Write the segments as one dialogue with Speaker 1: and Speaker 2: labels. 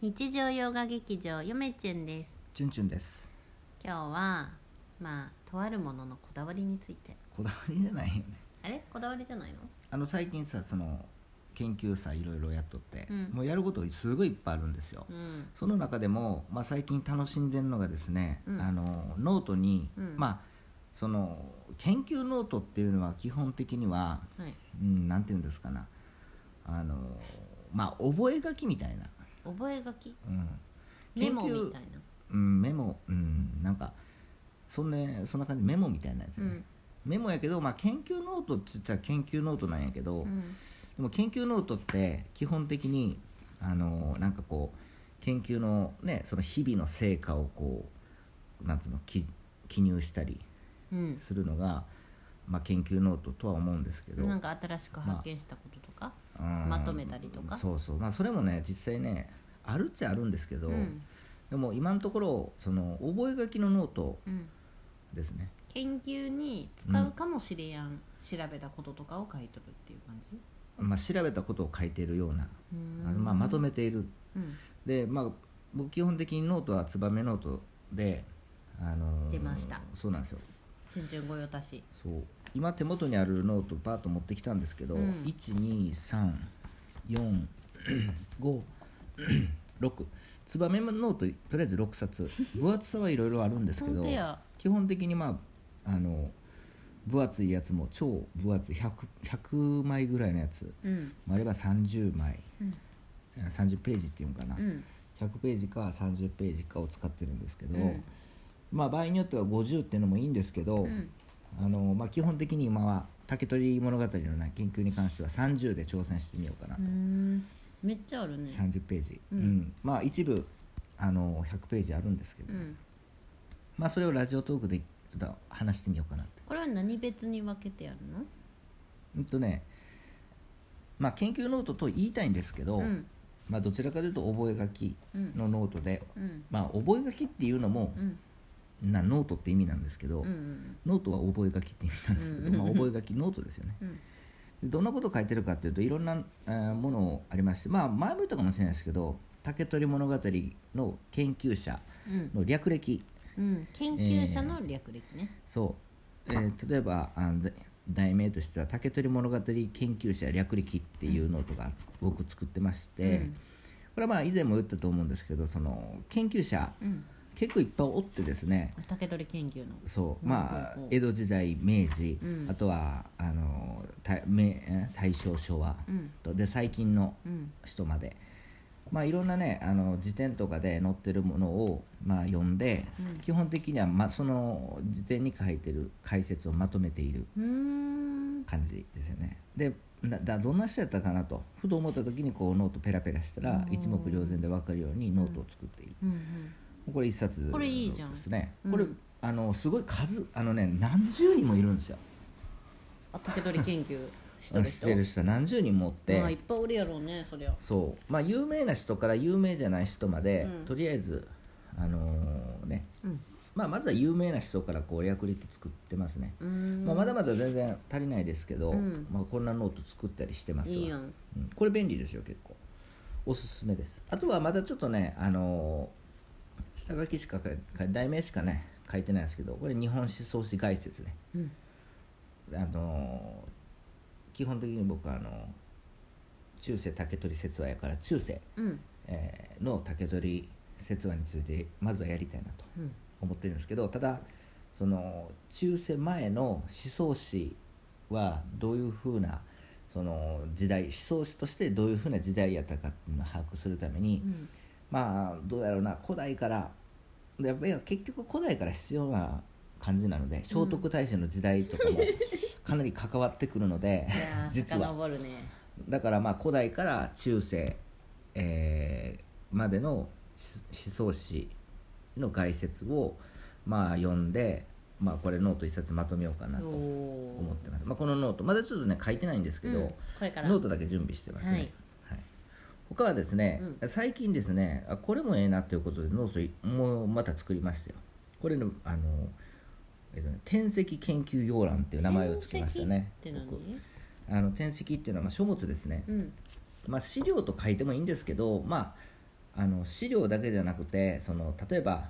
Speaker 1: 日常洋画劇場よめちゅんです
Speaker 2: チュンチュンです
Speaker 1: 今日はまあとあるもののこだわりについて
Speaker 2: こだわりじゃないよね
Speaker 1: あれこだわりじゃないの
Speaker 2: あの最近さその研究さいろいろやっとって、
Speaker 1: うん
Speaker 2: もうやることすごいいっぱいあるんですよ、
Speaker 1: うん
Speaker 2: その中でも、まあ、最近楽しんでるのがですね、
Speaker 1: うん
Speaker 2: あのノートに、
Speaker 1: うん
Speaker 2: まあその研究ノートっていうのは基本的には、
Speaker 1: はい
Speaker 2: うん、なんていうんですかなあのまあ覚え書きみたいな、
Speaker 1: 覚え書き
Speaker 2: うん、
Speaker 1: メモみ
Speaker 2: 研究
Speaker 1: たいな
Speaker 2: うん、メモ、うん、なんかそんなそんな感じメモみたいなやつ、
Speaker 1: う
Speaker 2: ね
Speaker 1: ん
Speaker 2: メモやけど、まあ、研究ノートっちっちゃ研究ノートなんやけど、
Speaker 1: うん
Speaker 2: でも研究ノートって基本的にあのなんかこう研究のねその日々の成果をこうなんつうのき記入したり
Speaker 1: うん
Speaker 2: するのが、まあ、研究ノートとは思うんですけど
Speaker 1: なんか新しく発見したこととか、
Speaker 2: うん
Speaker 1: まとめたりとか
Speaker 2: そうそうまあそれもね実際ねあるっちゃあるんですけど、
Speaker 1: うん
Speaker 2: でも今のところその覚書きのノート
Speaker 1: うん、
Speaker 2: ですね
Speaker 1: 研究に使うかもしれやん、調べたこととかを書いとるっていう感じ
Speaker 2: まあ、調べたことを書いているような、
Speaker 1: うーん
Speaker 2: まあ、まとめている
Speaker 1: うん
Speaker 2: でまあ僕基本的にノートはツバメノートで、あのー
Speaker 1: 出ました
Speaker 2: そうなんですよ
Speaker 1: ちゅんちゅんご用達
Speaker 2: そう今手元にあるノートパーッと持ってきたんですけど、
Speaker 1: うん
Speaker 2: 12345 6ツバメノートとりあえず6冊分厚さはいろいろあるんですけ
Speaker 1: 本
Speaker 2: ど
Speaker 1: 当や
Speaker 2: 基本的にまああの分厚いやつも超分厚い 100, 100枚ぐらいのやつ
Speaker 1: うん
Speaker 2: もあれば30枚
Speaker 1: うん
Speaker 2: 30ページっていうんかな、
Speaker 1: うん
Speaker 2: 100ページか30ページかを使ってるんですけど、
Speaker 1: うん
Speaker 2: まあ場合によっては50っていうのもいいんですけど、
Speaker 1: うん
Speaker 2: あのまあ、基本的に今は「竹取物語」のな研究に関しては30で挑戦してみようかな
Speaker 1: う
Speaker 2: と、
Speaker 1: ーんめっちゃあるね
Speaker 2: 30ページ、
Speaker 1: うん
Speaker 2: まあ一部あの100ページあるんですけ
Speaker 1: う
Speaker 2: ど、
Speaker 1: ん
Speaker 2: まあ、それをラジオトークでちょっと話してみようかなって
Speaker 1: これは何別に分けてやるの
Speaker 2: うんとねまあ研究ノートと言いたいんですけど、
Speaker 1: うん
Speaker 2: まあ、どちらかというと覚書き
Speaker 1: うん
Speaker 2: のノートで、
Speaker 1: うん
Speaker 2: まあ覚書きっていうのも
Speaker 1: う、ん
Speaker 2: なノートって意味なんですけど、
Speaker 1: うんうん
Speaker 2: ノートは覚書きって意味なんですけど、
Speaker 1: うんうん
Speaker 2: まあ、
Speaker 1: うん
Speaker 2: 覚書きノートですよね
Speaker 1: うん
Speaker 2: でどんなことを書いてるかっていうといろんな、えーものありましてまあ前も言ったかもしれないですけど「竹取物語」の研究者
Speaker 1: うん
Speaker 2: の略歴
Speaker 1: うん研究者の略歴ね
Speaker 2: そう、えー例えばあので題名としては「竹取物語研究者略歴」っていうノートが僕作ってまして、
Speaker 1: うん
Speaker 2: これはまあ以前も言ったと思うんですけどその研究者
Speaker 1: うん
Speaker 2: 結構いっぱいおってですね、
Speaker 1: 竹取研究の
Speaker 2: そう
Speaker 1: うん
Speaker 2: まあ
Speaker 1: うんうん
Speaker 2: 江戸時代明治、
Speaker 1: うん
Speaker 2: あとはあのた明え大正昭和
Speaker 1: うん
Speaker 2: とで最近の
Speaker 1: うん
Speaker 2: 人まで、まあ、いろんなねあの辞典とかで載ってるものを、まあ、読んで、
Speaker 1: うん
Speaker 2: 基本的には、ま、その辞典に書いてる解説をまとめている
Speaker 1: うーん
Speaker 2: 感じですよねでなだどんな人やったかなとふと思った時にこうノートペラペラしたら
Speaker 1: うん
Speaker 2: 一目瞭然で分かるようにノートを作っている。
Speaker 1: うん
Speaker 2: これ一冊
Speaker 1: これいいじゃん
Speaker 2: ですね
Speaker 1: うん
Speaker 2: これあのすごい数あのね何十人もいるんですよ
Speaker 1: あ竹取研究しとる
Speaker 2: 知っ
Speaker 1: 人
Speaker 2: てる人は何十人もおって、
Speaker 1: まあいっぱいおるやろうねそりゃ
Speaker 2: そうまあ有名な人から有名じゃない人まで、
Speaker 1: うん
Speaker 2: とりあえずあのーね
Speaker 1: うん
Speaker 2: まあまずは有名な人からこう略歴作ってますね、
Speaker 1: うーん
Speaker 2: まあ、まだまだ全然足りないですけど、
Speaker 1: うん
Speaker 2: まあ、こんなノート作ったりしてますわ
Speaker 1: いいやん
Speaker 2: うんこれ便利ですよ結構おすすめですあとはまだちょっとねあのー下書きしか書い書い題名しかね書いてないんですけどこれ日本思想史概説ね
Speaker 1: うん
Speaker 2: あのー基本的に僕はあのー中世竹取説話やから中世、
Speaker 1: うん
Speaker 2: えーの竹取説話についてまずはやりたいなと
Speaker 1: うん
Speaker 2: 思ってるんですけどただその中世前の思想史はどういうふうなその時代思想史としてどういうふうな時代やったかっていうのを把握するために、
Speaker 1: うん
Speaker 2: まあどうやろうな古代からやっぱり結局古代から必要な感じなので聖徳太子の時代とかもかなり関わってくるので
Speaker 1: いやー
Speaker 2: 実は
Speaker 1: 遡るね
Speaker 2: だからまあ古代から中世、えーまでの思思想史の概説をまあ読んで、まあ、これノート一冊まとめようかなと思
Speaker 1: おー
Speaker 2: ってます、まあ、このノートまだちょっとね書いてないんですけど、
Speaker 1: うんこれから
Speaker 2: ノートだけ準備してますね、
Speaker 1: はい
Speaker 2: はい他はですね、
Speaker 1: う
Speaker 2: 最近ですねあこれもええなということでノートいもうまた作りましたよこれのあの、えっとね、転籍研究要覧っていう名前をつけましたね
Speaker 1: 転籍って
Speaker 2: 僕
Speaker 1: 何
Speaker 2: あの転籍っていうのはまあ書物ですね、
Speaker 1: うん
Speaker 2: まあ、資料と書いてもいいんですけど、まああの資料だけじゃなくてその例えば、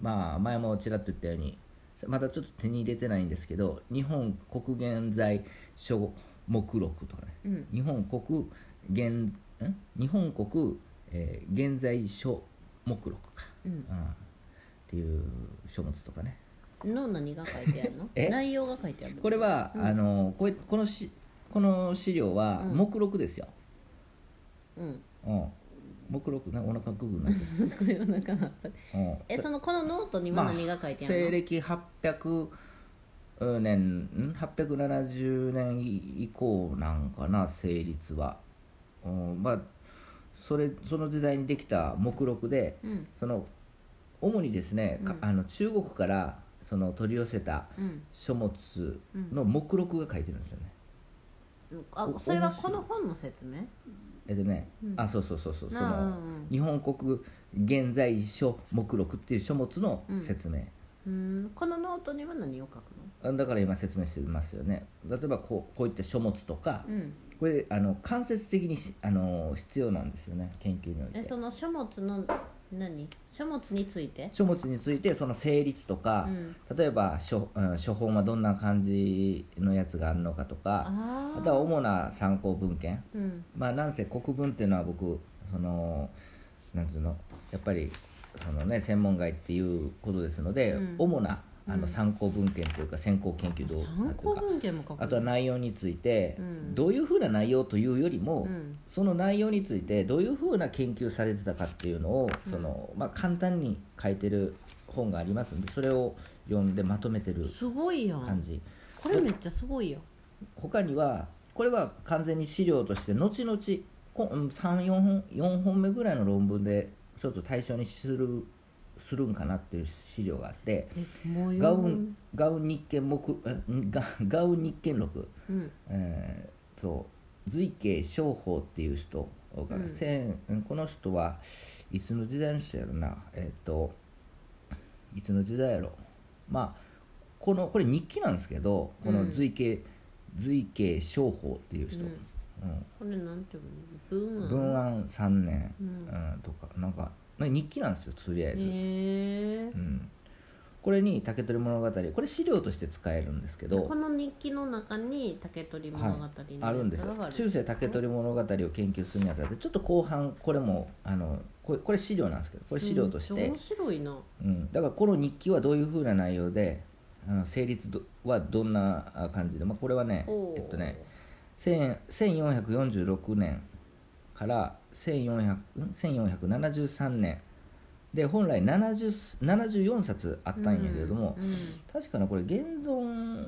Speaker 2: まあ、前もちらっと言ったようにまだちょっと手に入れてないんですけど日本国原財所目録とかね
Speaker 1: うん
Speaker 2: 日本国原ん日本国、えー原罪所目録か、
Speaker 1: うん
Speaker 2: うん、っていう書物とかね
Speaker 1: の何が書いてあるの
Speaker 2: え
Speaker 1: 内容が書いてあるの
Speaker 2: これは、
Speaker 1: うん
Speaker 2: あのこれこのしこの資料は
Speaker 1: うん
Speaker 2: 目録ですよ、
Speaker 1: うん
Speaker 2: うん、目録なお腹ググなって、
Speaker 1: すごいお腹なった
Speaker 2: うん、
Speaker 1: えそのこのノートには何が書いてあ
Speaker 2: まあ、西
Speaker 1: る
Speaker 2: 暦800年ん870年以降なんかな成立は、うん、まあそれその時代にできた目録で
Speaker 1: のうん
Speaker 2: その主にですね、か
Speaker 1: うん
Speaker 2: あの中国からその取り寄せた
Speaker 1: うん
Speaker 2: 書物
Speaker 1: うん
Speaker 2: の目録が書いてるんですよね、
Speaker 1: あ
Speaker 2: お
Speaker 1: それはこの本の説明
Speaker 2: えっとね、
Speaker 1: うん
Speaker 2: あそうそうそうそうそ
Speaker 1: なあ
Speaker 2: の
Speaker 1: うん
Speaker 2: 日本国現在書目録っていう書物の説明、
Speaker 1: うんうんこのノートには何を書くの
Speaker 2: あだから今説明してますよね例えばこうこういった書物とか、
Speaker 1: うん
Speaker 2: これあの間接的にしあの必要なんですよね研究におい
Speaker 1: え
Speaker 2: て
Speaker 1: その書物の何書物について
Speaker 2: 書物についてその成立とか、
Speaker 1: うん
Speaker 2: 例えば書,、うん、書本はどんな感じのやつがあるのかとか
Speaker 1: あ
Speaker 2: あ
Speaker 1: あ
Speaker 2: とは主な参考文献
Speaker 1: うん
Speaker 2: まあなんせ国文っていうのは僕そのなんつうのやっぱりそのね専門外っていうことですので、
Speaker 1: うん
Speaker 2: 主なあ
Speaker 1: う
Speaker 2: の
Speaker 1: ん
Speaker 2: 参考文献というか先行研究どうな
Speaker 1: 参
Speaker 2: んてい
Speaker 1: 考
Speaker 2: うか
Speaker 1: 文献も書くの
Speaker 2: あとは内容について、
Speaker 1: うん
Speaker 2: どういうふうな内容というよりも、
Speaker 1: うん
Speaker 2: その内容についてどういうふうな研究されてたかっていうのを、
Speaker 1: うん
Speaker 2: そのまあ、簡単に書いてる本がありますんでそれを読んでまとめてる
Speaker 1: すごいや
Speaker 2: 感
Speaker 1: ん
Speaker 2: じ
Speaker 1: これめっちゃすごいよ
Speaker 2: 他にはこれは完全に資料として後々34本4本目ぐらいの論文でちょっと対象にするするんかなっていう資料があって
Speaker 1: えもう
Speaker 2: ガウ
Speaker 1: 読む
Speaker 2: ンガウン日経目えガガウン日経録
Speaker 1: うん
Speaker 2: えーそう瑞慶商法っていう人が、
Speaker 1: うん
Speaker 2: 千うんこの人はいつの時代の人やろなえっ、といつの時代やろまあこのこれ日記なんですけどこ
Speaker 1: う
Speaker 2: の
Speaker 1: ん
Speaker 2: 瑞慶、瑞慶商法っていう人、
Speaker 1: うん
Speaker 2: うん
Speaker 1: これなんていうの文案
Speaker 2: 文安3年、
Speaker 1: う
Speaker 2: うん
Speaker 1: ん
Speaker 2: とかなんかなんか日記なんですよとりあえず、
Speaker 1: へえ
Speaker 2: うん、これに「竹取物語」これ資料として使えるんですけど
Speaker 1: この日記の中に竹取物語のやつが
Speaker 2: あるんですよ中世竹取物語を研究するにあたってちょっと後半これもあのこれこれ資料なんですけどこれ資料とし
Speaker 1: うんめっちゃ
Speaker 2: て
Speaker 1: 面、白いな
Speaker 2: うんだからこの日記はどういうふうな内容であの成立どはどんなあ感じで、まあ、これはね
Speaker 1: おー
Speaker 2: えっとね1000 1446年から1400ん1473年で本来70 74冊あったんやけれども、
Speaker 1: うんうん
Speaker 2: 確かなこれ現存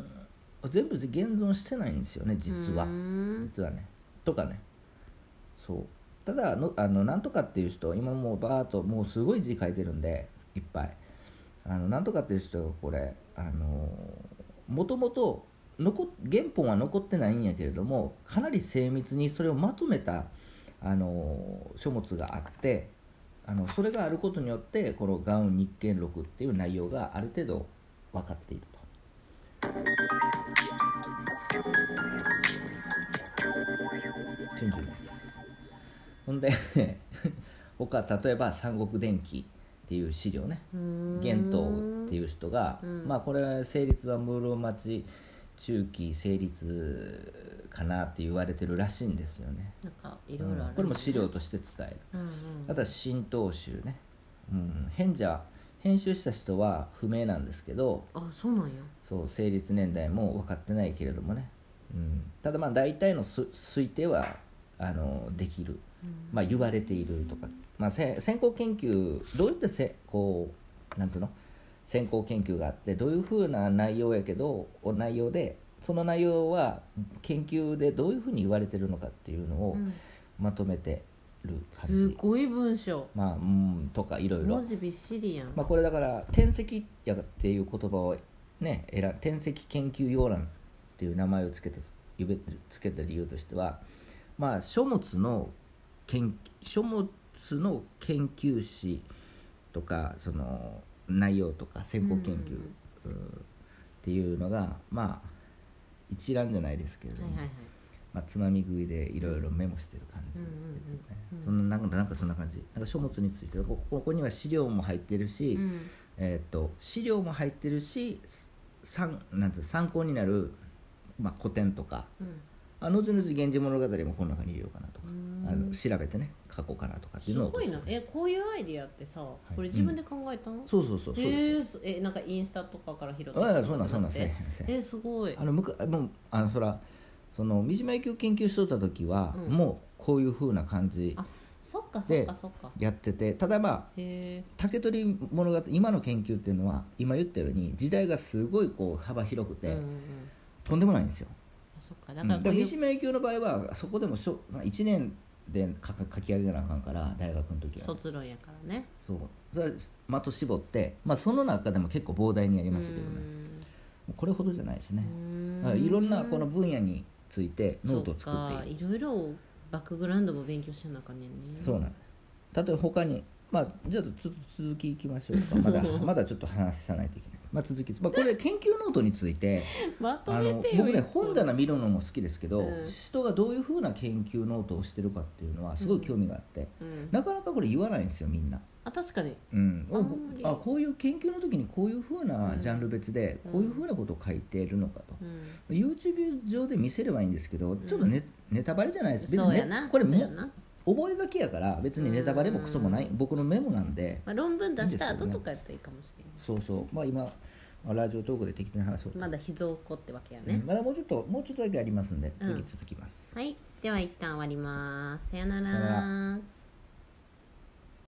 Speaker 2: 全部現存してないんですよね実は。
Speaker 1: うん
Speaker 2: 実はねとかねそうただのあのなんとかっていう人今もうバーっともうすごい字書いてるんでいっぱいあのなんとかっていう人がこれあのもともと残っ原本は残ってないんやけれどもかなり精密にそれをまとめたあの書物があってあのそれがあることによってこの「ガウン日経録」っていう内容がある程度分かっていると。チュンチュンですほんで 他例えば「三国電気」っていう資料ね玄東って
Speaker 1: う
Speaker 2: いう人が、
Speaker 1: うん
Speaker 2: まあこれは成立は室町中期成立かなって言われてるらしいんですよね、
Speaker 1: んなんかいろいろあ
Speaker 2: うん
Speaker 1: る
Speaker 2: これも資料として使える
Speaker 1: うんう
Speaker 2: あ
Speaker 1: ん
Speaker 2: とは新東集ね、うん、編者編集した人は不明なんですけど
Speaker 1: あそうなんや
Speaker 2: そう成立年代も分かってないけれどもね、うん、ただまあ大体のす推定はあのできる、
Speaker 1: うん
Speaker 2: まあ、言われているとか、まあ、せ先行研究どういったせこうなんつうの先行研究があってどういうふうな内容やけどお内容でその内容は研究でどういうふうに言われてるのかっていうのを
Speaker 1: うん
Speaker 2: まとめてる感じ、
Speaker 1: すごい文章
Speaker 2: まあうんとかいろいろ
Speaker 1: 文字びっしりやん
Speaker 2: まあ、これだから転籍やっていう言葉をね選転籍研究要覧っていう名前をつけたゆべつけた理由としてはまあ書物の研書物の研究誌とかその内容とか先行研究うんっていうのがまあ一覧じゃないですけれど
Speaker 1: は
Speaker 2: も、
Speaker 1: いはいはい
Speaker 2: ままあ、つまみ食いでいろいろメモしてる感じですよね、
Speaker 1: うんうんうんうん
Speaker 2: そんななんかなんかそんな感じなんか書物についてこここには資料も入ってるし、
Speaker 1: うん
Speaker 2: えーっと資料も入ってるしす参なんていうの参考になる、まあ、古典とか
Speaker 1: うん
Speaker 2: あ後々「源氏物語」もこの中に入れようかなとか
Speaker 1: う、ん
Speaker 2: あの調べてね書こうかなとかってい
Speaker 1: す
Speaker 2: うのを
Speaker 1: ごいなえこういうアイディアってさ
Speaker 2: い
Speaker 1: これ自分で考えたの、
Speaker 2: そうそうそうそうです
Speaker 1: え
Speaker 2: よ
Speaker 1: ーそえなんかインスタとかから拾ってきた
Speaker 2: ああ
Speaker 1: と
Speaker 2: そ
Speaker 1: か
Speaker 2: うなん
Speaker 1: じ
Speaker 2: そ
Speaker 1: ゃ
Speaker 2: う
Speaker 1: な
Speaker 2: なん
Speaker 1: く
Speaker 2: せえ
Speaker 1: て
Speaker 2: せえ
Speaker 1: えすごい
Speaker 2: あのむかもうあのそらその三島由紀夫研究しとった時は、
Speaker 1: うん
Speaker 2: もうこういうふうな感じ
Speaker 1: あそっかそっ
Speaker 2: で
Speaker 1: かそっか
Speaker 2: やっててただまあ
Speaker 1: へえ
Speaker 2: 竹取物語今の研究っていうのは今言ったように時代がすごいこう幅広くて、
Speaker 1: うんうんうん
Speaker 2: とんでもないんですよ
Speaker 1: あそっかだ
Speaker 2: だか,、
Speaker 1: かららこうい
Speaker 2: 三
Speaker 1: う、
Speaker 2: 島由紀夫の場合はそこでもしょ1年で書か書き上げなあかんから大学の時は
Speaker 1: 卒論やからね
Speaker 2: そうそれは的絞って、まあ、その中でも結構膨大にやりましたけどねこれほどじゃないですねだからいろんなこの分野についてノートを作っている
Speaker 1: いるいろいろバックグラウンドも勉強してなあかんねんね
Speaker 2: そうなんです例えば他にまあじゃあちょっと続きいきましょうかま だまだちょっと話さないといけない、まあ、続きまあこれ研究ノートについて
Speaker 1: まと
Speaker 2: あ
Speaker 1: め
Speaker 2: の
Speaker 1: てよ
Speaker 2: 僕ね
Speaker 1: 一個
Speaker 2: 本棚見るのも好きですけど、
Speaker 1: うん
Speaker 2: 人がどういうふうな研究ノートをしてるかっていうのはすごい興味があって、
Speaker 1: うん
Speaker 2: なかなかこれ言わないんですよみんな。
Speaker 1: あ確かに
Speaker 2: うん、
Speaker 1: あんまり
Speaker 2: あこういう研究の時にこういうふうなジャンル別で
Speaker 1: うん
Speaker 2: こういうふうなことを書いているのかと、
Speaker 1: うん
Speaker 2: YouTube 上で見せればいいんですけどちょっとネ,、ネタバレじゃないです別
Speaker 1: そう
Speaker 2: に
Speaker 1: や
Speaker 2: ね
Speaker 1: な
Speaker 2: これ
Speaker 1: そう
Speaker 2: も
Speaker 1: やな、
Speaker 2: 覚書きやから別にネタバレもクソもないう僕のメモなんで
Speaker 1: まあ、論文出した
Speaker 2: いいんですけど
Speaker 1: 後
Speaker 2: ね
Speaker 1: とかやったらいいかもしれない
Speaker 2: そうそうまあ今まあラジオトークで適当に話そうか
Speaker 1: まだ秘蔵庫ってわけや
Speaker 2: う
Speaker 1: ね
Speaker 2: ん、まだもうちょっともうちょっとだけありますんで
Speaker 1: うん
Speaker 2: 次続きます、
Speaker 1: はいでは一旦終わりますさよな
Speaker 2: さよ
Speaker 1: ら